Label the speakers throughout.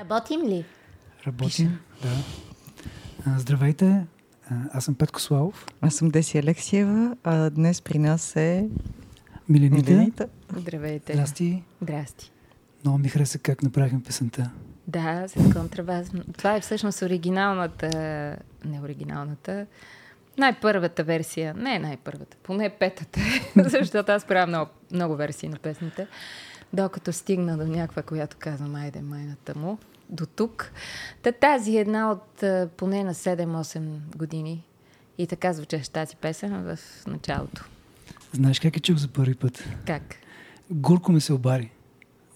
Speaker 1: Работим ли?
Speaker 2: Работим, да. А, Здравейте, а, аз съм Петко Славов,
Speaker 3: Аз съм Деси Алексиева, а днес при нас е
Speaker 2: Милените.
Speaker 3: Милените.
Speaker 1: Здравейте.
Speaker 2: Здрасти.
Speaker 1: Здрасти.
Speaker 2: Много ми хареса как направихме песента.
Speaker 1: Да, с контрабас. Това е всъщност оригиналната, не оригиналната, най-първата версия. Не най-първата, поне петата, е, защото аз правя много, много версии на песните. Докато стигна до някаква, която казвам, айде майната му, до тук. Та тази е една от а, поне на 7-8 години. И така звучеше тази песен в началото.
Speaker 2: Знаеш как я чух за първи път?
Speaker 1: Как?
Speaker 2: Гурко ми се обади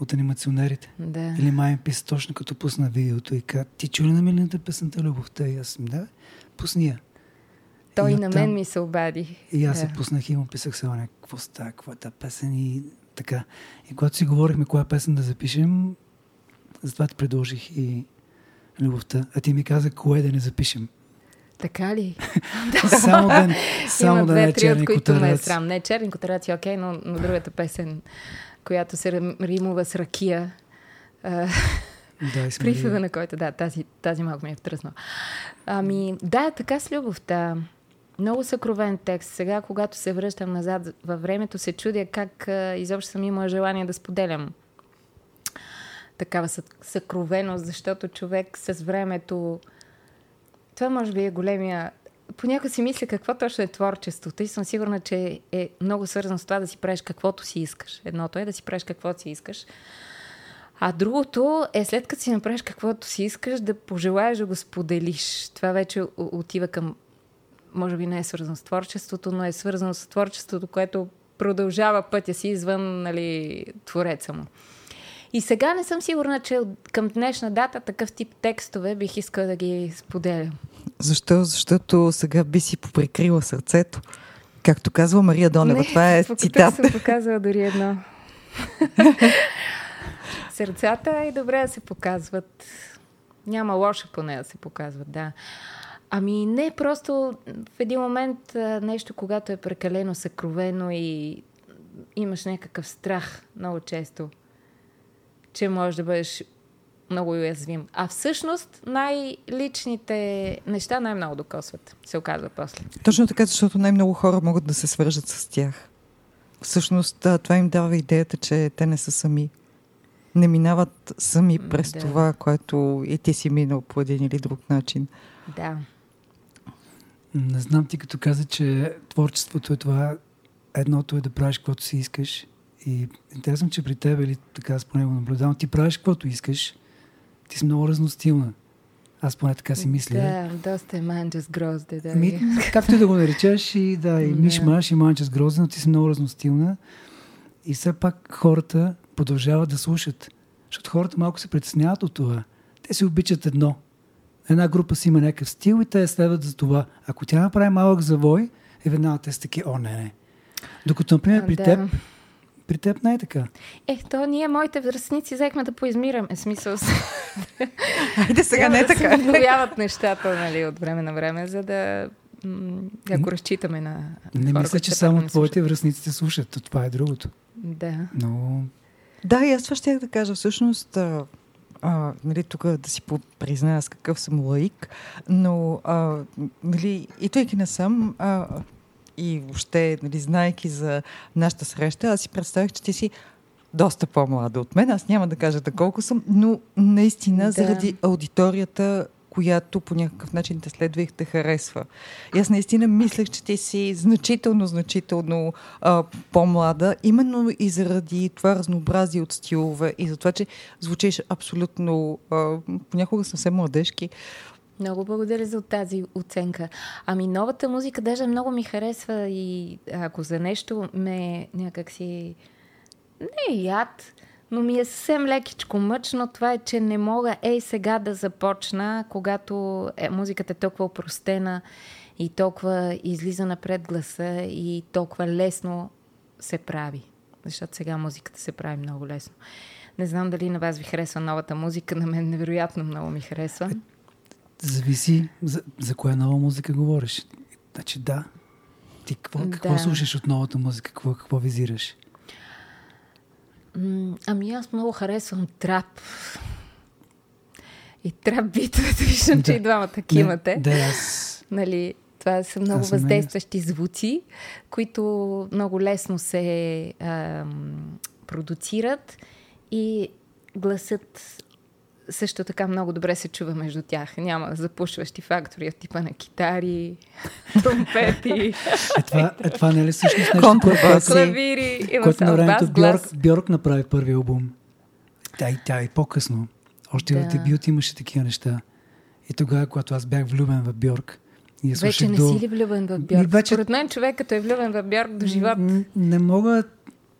Speaker 2: от анимационерите.
Speaker 1: Да.
Speaker 2: Или май ми писа точно като пусна видеото и каза, ти чу ли на Милените песента Любовта? И аз съм, да, пусни я.
Speaker 1: Той
Speaker 2: И
Speaker 1: на
Speaker 2: оттам-
Speaker 1: мен ми се обади.
Speaker 2: И аз
Speaker 1: да.
Speaker 2: се пуснах и му писах сега, «Не, какво става, каква е тази песен и така. И когато си говорихме коя песен да запишем, затова ти предложих и любовта. А ти ми каза кое да не запишем.
Speaker 1: Така ли?
Speaker 2: Само да, не- само
Speaker 1: Има
Speaker 2: да
Speaker 1: две,
Speaker 2: не е
Speaker 1: три, от
Speaker 2: черни
Speaker 1: които ме е
Speaker 2: котараци.
Speaker 1: срам. Не, черни котараци, окей, но, но другата песен, която се рим- римува с ракия, а,
Speaker 2: Да, и сме
Speaker 1: прифева
Speaker 2: ли-
Speaker 1: на който, да, тази, тази малко ми е втръснала. Ами, да, така с любовта. Много съкровен текст. Сега, когато се връщам назад във времето, се чудя как а, изобщо съм имала желание да споделям такава съ- съкровеност, защото човек с времето... Това може би е големия... Понякога си мисля какво точно е творчеството и съм сигурна, че е много свързано с това да си правиш каквото си искаш. Едното е да си правиш каквото си искаш. А другото е след като си направиш каквото си искаш, да пожелаеш да го споделиш. Това вече о- отива към... Може би не е свързано с творчеството, но е свързано с творчеството, което продължава пътя си извън нали, твореца му. И сега не съм сигурна, че от- към днешна дата такъв тип текстове бих искала да ги споделям.
Speaker 3: Защо? Защото сега би си поприкрила сърцето. Както казва Мария Донева,
Speaker 1: Не,
Speaker 3: това е
Speaker 1: тук- тук
Speaker 3: цитат.
Speaker 1: съм показала дори едно. Сърцата е добре да се показват. Няма лошо поне да се показват, да. Ами не, просто в един момент а, нещо, когато е прекалено съкровено и имаш някакъв страх много често, че можеш да бъдеш много уязвим. А всъщност най-личните неща най-много докосват, се оказва после.
Speaker 3: Точно така, защото най-много хора могат да се свържат с тях. Всъщност а, това им дава идеята, че те не са сами. Не минават сами
Speaker 1: М,
Speaker 3: през
Speaker 1: да.
Speaker 3: това, което и ти си минал по един или друг начин.
Speaker 1: Да.
Speaker 2: Не знам ти като каза, че творчеството е това. Едното е да правиш каквото си искаш. И интересно, че при теб, или така аз поне го наблюдавам, ти правиш каквото искаш. Ти си много разностилна. Аз поне така си нали? мисля.
Speaker 1: Да, доста е манджас грозде, да.
Speaker 2: Ми, Ами, както и да го наречеш, и да, и
Speaker 1: Е. Да.
Speaker 2: миш-маш, и манче с грозде, но ти си много разностилна. И все пак хората продължават да слушат. Защото хората малко се притесняват от това. Те си обичат едно. Една група си има някакъв стил и те я следват за това. Ако тя направи малък завой, е веднага те са таки, о, не, не. Докато, например,
Speaker 1: А,
Speaker 2: при
Speaker 1: да.
Speaker 2: теб, при теб не е така.
Speaker 1: Е, то ние, моите връзници, взехме да поизмираме. Смисъл, сега
Speaker 3: Айде сега не е
Speaker 1: да се
Speaker 3: така.
Speaker 1: обновяват нещата, нали, от време на време, за да м- ако разчитаме на
Speaker 2: Не
Speaker 1: хора,
Speaker 2: мисля,
Speaker 1: които
Speaker 2: че
Speaker 1: все пак
Speaker 2: само
Speaker 1: ни слушат.
Speaker 2: твоите връзници те слушат. То Това е другото.
Speaker 1: Да.
Speaker 2: Но
Speaker 3: Да, и аз това щях да кажа. Всъщност, а, а, нали, тук да си по- призная аз какъв съм лаик, но а, нали, и тойки не съм, а, и въобще, нали, знаеки за нашата среща, аз си представих, че ти си доста по-млада от мен. Аз няма да кажа да колко съм, но наистина
Speaker 1: Да.
Speaker 3: да. заради аудиторията, която по някакъв начин те следва и те харесва. И аз наистина мислех, че ти си значително, значително а, по-млада, именно и заради това разнообразие от стилове и за това, че звучиш абсолютно а, понякога съвсем младежки.
Speaker 1: Много благодаря за тази оценка. Ами новата музика даже много ми харесва и ако за нещо ме някакси... Не е яд, но ми е съвсем лекичко мъчно. Това е, че не мога ей сега да започна, когато е, музиката е толкова простена и толкова излиза напред гласа и толкова лесно се прави. Защото сега музиката се прави много лесно. Не знам дали на вас ви харесва новата музика, на мен невероятно много ми харесва.
Speaker 2: Зависи за, за коя нова музика говориш. Значи да. Ти какво, какво
Speaker 1: Да.
Speaker 2: слушаш от новата музика? Какво, какво визираш?
Speaker 1: М, Ами аз много харесвам трап. И трап битовете, виждам, че
Speaker 2: Да.
Speaker 1: и двамата кимате.
Speaker 2: Нали? Да, аз
Speaker 1: Нали, това са много
Speaker 2: Аз съм
Speaker 1: въздействащи звуци, които много лесно се ам, продуцират и гласът също така много добре се чува между тях. Няма запушващи фактори от типа на китари, тромпети,
Speaker 2: Е, това, е, това не е ли всъщност нещо,
Speaker 3: Контрабас.
Speaker 2: което, което,
Speaker 1: клавири. Има
Speaker 2: което на
Speaker 1: само бас,
Speaker 2: времето
Speaker 1: глас.
Speaker 2: Бьорк, Бьорк направи първи албум? Тя и, тя и по-късно. Още
Speaker 1: Да.
Speaker 2: в дебют имаше такива неща. И тогава, когато аз бях влюбен в Бьорк, и я
Speaker 1: Вече
Speaker 2: слушах
Speaker 1: не
Speaker 2: до...
Speaker 1: си ли влюбен в
Speaker 2: Ми,
Speaker 1: Бьорк?
Speaker 2: вече-
Speaker 1: Според мен човек, като е влюбен в Бьорк до живот,
Speaker 2: М, Не мога,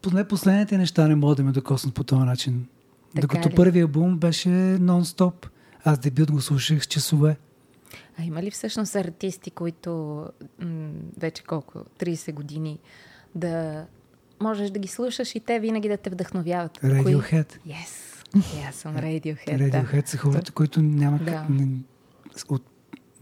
Speaker 2: поне последните неща не могат да ме докоснат по този начин.
Speaker 1: Така
Speaker 2: Докато
Speaker 1: ли?
Speaker 2: първият албум беше нон-стоп. Аз дебют го слушах с часове.
Speaker 1: А има ли всъщност артисти, които м- вече колко, 30 години, да можеш да ги слушаш и те винаги да те вдъхновяват?
Speaker 2: Radiohead.
Speaker 1: Кои? Yes. И аз съм Radiohead. Radiohead. Да.
Speaker 2: Radiohead са хората, които няма
Speaker 1: Да.
Speaker 2: как... не- с- От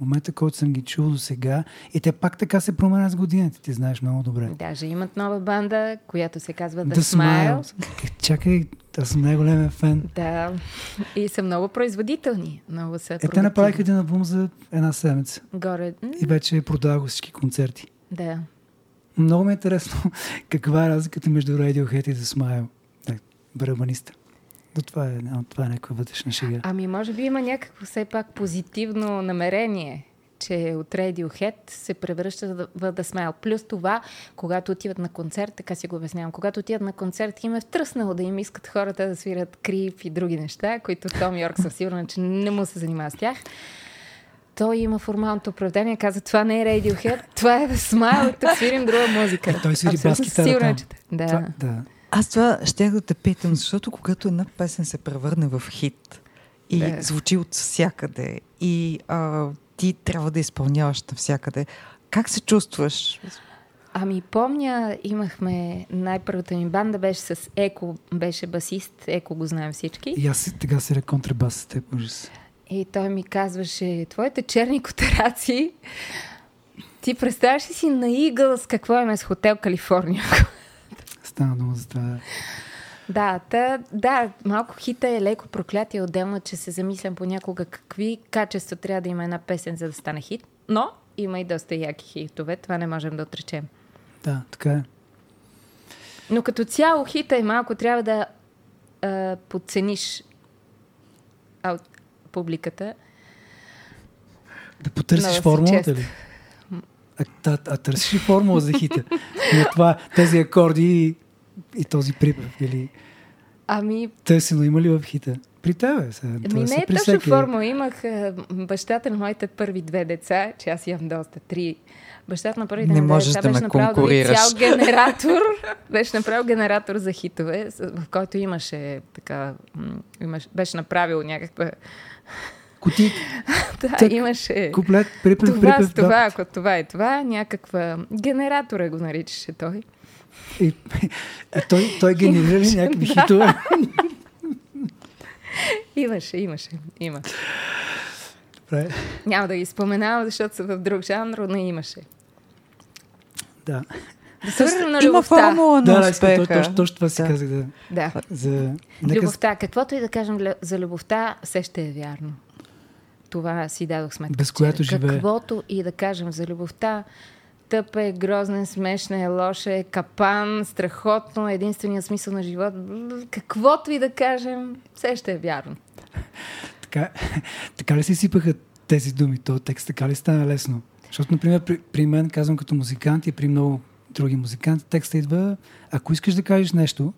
Speaker 2: момента, който съм ги чул до сега, и те пак така се променят с годините, ти знаеш много добре.
Speaker 1: Даже имат нова банда, която се казва The,
Speaker 2: Да
Speaker 1: Smile.
Speaker 2: Е, Чакай, аз съм най-големия фен. Е,
Speaker 1: Да. И са много производителни. Много са
Speaker 2: Е, те
Speaker 1: продуктивни.
Speaker 2: направиха един албум за една седмица
Speaker 1: Горе. м,
Speaker 2: и вече продавах го всички концерти.
Speaker 1: Да.
Speaker 2: Много ми е интересно каква е разликата между Radiohead и The Smile. Е, Барабаниста. Но това е, а, това е някаква вътрешна шега.
Speaker 1: Ами, може би има някакво все пак позитивно намерение, че от Radiohead се превръща в The Smile. Плюс това, когато отиват на концерт, така си го обяснявам, когато отиват на концерт, им е втръснало да им искат хората да свират крип и други неща, които Том Йорк съм сигурна, че не му се занимава с тях. Той има формалното оправдание, каза, това не е Radiohead, това е The Smile, и тук свирим друга музика.
Speaker 2: Е, той свири
Speaker 1: Абсолютно
Speaker 2: бас
Speaker 1: съм
Speaker 2: китара
Speaker 1: сигурна,
Speaker 2: там.
Speaker 1: че те- Да.
Speaker 2: Това, да.
Speaker 3: Аз това щях да те питам, защото когато една песен се превърне в хит и
Speaker 1: Да.
Speaker 3: да. звучи от всякъде и а, ти трябва да изпълняваш навсякъде, как се чувстваш?
Speaker 1: Ами помня, имахме най-първата ми банда беше с Еко, беше басист, Еко го знаем всички.
Speaker 2: И аз си- сега си контрабас с теб, ужас.
Speaker 1: И той ми казваше, твоите черни котараци, ти представяш ли си на игъл с какво е с хотел Калифорния?
Speaker 2: Стана дума за това.
Speaker 1: да, та, да, малко хита е леко проклятие отделно, че се замислям понякога какви качества трябва да има една песен, за да стане хит. Но има и доста яки хитове, това не можем да отречем.
Speaker 2: Да, така е.
Speaker 1: Но като цяло хита е малко, трябва да а, подцениш а, публиката.
Speaker 2: Да
Speaker 1: Много
Speaker 2: потърсиш
Speaker 1: си
Speaker 2: формулата
Speaker 1: чест.
Speaker 2: ли? А, а, а търсиш ли формула за хита? На това, тези акорди и, и този нали? припев. Или
Speaker 1: Ами,
Speaker 2: търсено има ли в хита? При тебе. Сега, това
Speaker 1: ми не
Speaker 2: са
Speaker 1: е
Speaker 2: при
Speaker 1: точно
Speaker 2: всеки.
Speaker 1: формула. Имах а, бащата на моите първи две деца, че аз имам доста три. Бащата на първите
Speaker 3: Не
Speaker 1: ми две
Speaker 3: можеш
Speaker 1: деца
Speaker 3: да ме
Speaker 1: беше направил дори
Speaker 3: конкурираш.
Speaker 1: цял генератор. беше направил генератор за хитове, с- в който имаше така... м, Имаш, беше направил някаква...
Speaker 2: Кути,
Speaker 1: Да,
Speaker 2: Цък,
Speaker 1: имаше...
Speaker 2: куплет, припев,
Speaker 1: Това
Speaker 2: припев.
Speaker 1: с това, ако това и това, някаква... Генератора го наричаше той.
Speaker 2: Да. И, и той, той генерира ли някакви
Speaker 1: Да.
Speaker 2: хитове?
Speaker 1: Имаше, имаше, има.
Speaker 2: Добре,
Speaker 1: Няма да ги споменавам, защото са в друг жанр, но имаше.
Speaker 2: да.
Speaker 1: Да се върнем на
Speaker 3: Има
Speaker 1: любовта.
Speaker 3: формула на
Speaker 2: Да, да,
Speaker 3: успеха.
Speaker 2: точно, точно, точно това си
Speaker 3: Да.
Speaker 2: казах. Да.
Speaker 1: Да.
Speaker 2: За... Нека... с-
Speaker 1: Любовта. Каквото и да кажем ле- за любовта, все ще е вярно. Това си дадох сметка.
Speaker 2: Без
Speaker 1: вчера.
Speaker 2: която живее.
Speaker 1: Каквото и да кажем за любовта, тъп е, грозен, смешна е, лоша е, капан, страхотно, единственият смисъл на живот. Бл- Каквото и да кажем, все ще е вярно.
Speaker 2: Така, така ли се изсипаха тези думи, този текст? Така ли стана лесно? Защото, например, при, при мен, казвам като музикант и при много други музиканти, текста идва, ако искаш да кажеш нещо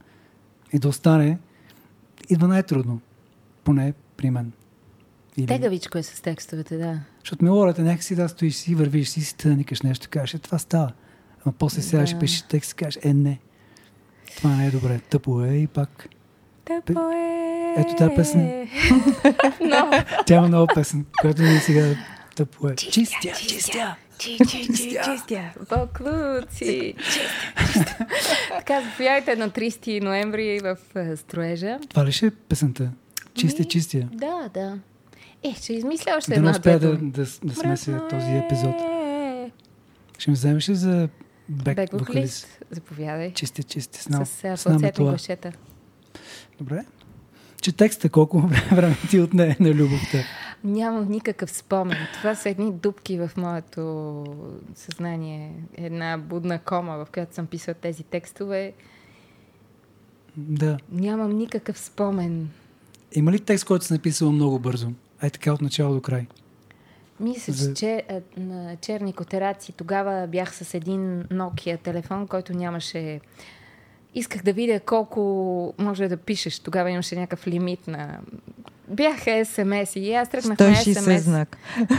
Speaker 2: и да остане, идва най-трудно. Поне при мен. Или,
Speaker 1: Тегавичко е с текстовете, да.
Speaker 2: Защото мелодията някакси да стоиш си, вървиш си, си тъникаш нещо, кажеш, е, това става. Ама после сядаш,
Speaker 1: Да.
Speaker 2: пишеш текст и кажеш, е, не. Това не е добре. Тъпо е и пак.
Speaker 1: Тъпо е.
Speaker 2: Ето тази песен.
Speaker 1: Но.
Speaker 2: Тя има нова песен, която ми е сега тъпо е. Чистя, чистя.
Speaker 1: Чи, чи, чи, чистя. Боклуци. Така, заповядайте на 30 ноември в е, Строежа.
Speaker 2: Това ли ще е песента? Чистя,
Speaker 1: Ми,
Speaker 2: чистя.
Speaker 1: Да, да. Е, ще измисля още
Speaker 2: Да не
Speaker 1: една
Speaker 2: успея
Speaker 1: две
Speaker 2: да,
Speaker 1: думи.
Speaker 2: да, да
Speaker 1: Мръсно
Speaker 2: смеся този
Speaker 1: е.
Speaker 2: епизод. Ще ми вземеш ли за бек,
Speaker 1: Бек
Speaker 2: вокалист?
Speaker 1: вокалист. Заповядай.
Speaker 2: Чистя, чистя. С,
Speaker 1: С
Speaker 2: нам,
Speaker 1: е,
Speaker 2: с нам е
Speaker 1: фалцетни
Speaker 2: това.
Speaker 1: глашета.
Speaker 2: Добре. че текста колко време ти отне на любовта?
Speaker 1: Нямам никакъв спомен. Това са едни дупки в моето съзнание. Една будна кома, в която съм писала тези текстове.
Speaker 2: Да.
Speaker 1: Нямам никакъв спомен.
Speaker 2: Има ли текст, който си написала много бързо? Е така от начало до край.
Speaker 1: Мисля,
Speaker 2: За-
Speaker 1: За... че а, на черни котераци тогава бях с един Nokia телефон, който нямаше... Исках да видя колко може да пишеш. Тогава имаше някакъв лимит на... Бяха СМС и аз тръгнах на
Speaker 3: 160
Speaker 1: СМС.
Speaker 3: знак.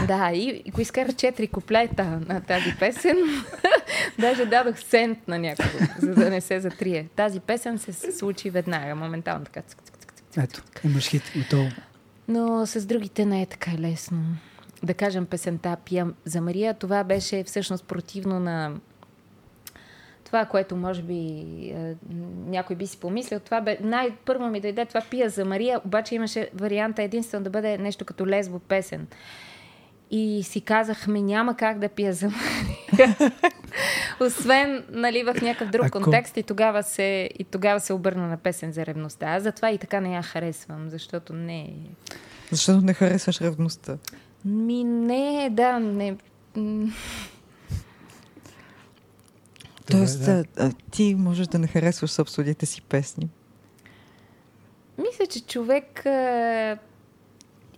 Speaker 1: Да, и и го изкарах четири куплета на тази песен. Даже дадох цент на някого, за да не се затрие. Тази песен се случи веднага, моментално така. цък, цък, цък, цък.
Speaker 2: Ето, имаш хит, готово.
Speaker 1: Но с другите не е така лесно. Да кажем песента Пия за Мария, това беше всъщност противно на това, което може би е, някой би си помислил. Това бе, най-първо ми дойде това Пия за Мария, обаче имаше варианта единствено да бъде нещо като лесбо песен. И си казахме, няма как да пия за Мария. Освен, нали, в някакъв друг
Speaker 2: Ако-
Speaker 1: контекст и тогава, се, и тогава се обърна на песен за ревността. Аз затова и така не я харесвам, защото не е
Speaker 3: Защото не харесваш ревността.
Speaker 1: ми не, да, не. м,
Speaker 3: Тоест,
Speaker 2: да.
Speaker 3: да. а, ти можеш да не харесваш съпсудите си песни.
Speaker 1: Мисля, че човек а,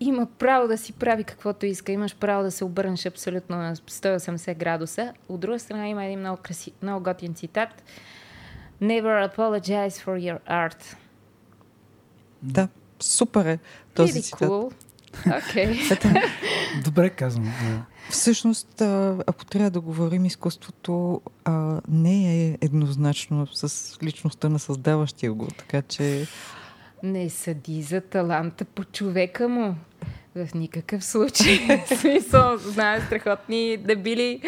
Speaker 1: има право да си прави каквото иска. Имаш право да се обърнеш абсолютно на 180 градуса. От друга страна има един много, краси, много готин цитат. Never apologize for your art.
Speaker 3: Да, супер е този
Speaker 1: Pretty
Speaker 3: цитат.
Speaker 1: cool. Окей.
Speaker 2: Добре казвам. Да.
Speaker 3: Всъщност, а, ако трябва да говорим, изкуството а, не е еднозначно с личността на създаващия го. Така че,
Speaker 1: Не съди за таланта по човека му. В никакъв случай. В смисъл, знаем страхотни дебили,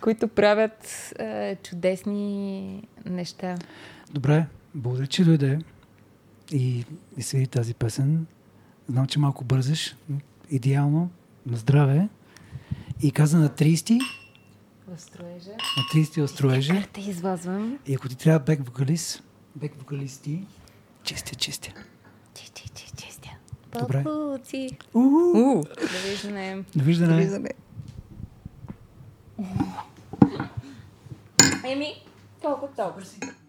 Speaker 1: които правят е, чудесни неща.
Speaker 2: Добре, благодаря, че дойде и, и свири тази песен. Знам, че малко бързаш. Идеално. На здраве. И каза на 30,
Speaker 1: В строежа.
Speaker 2: на 30 остроежи.
Speaker 1: Как те извазвам?
Speaker 2: И ако ти трябва бек вокалист, бек вокалисти, чистя, чистя.
Speaker 1: Ти, ти, ти, ти, ти.
Speaker 2: Добре.
Speaker 1: Папуци.
Speaker 2: Уу!
Speaker 3: у, е.
Speaker 1: Довиждане.
Speaker 2: Довиждане.
Speaker 3: влизане.
Speaker 1: Еми, толкова, толкова си.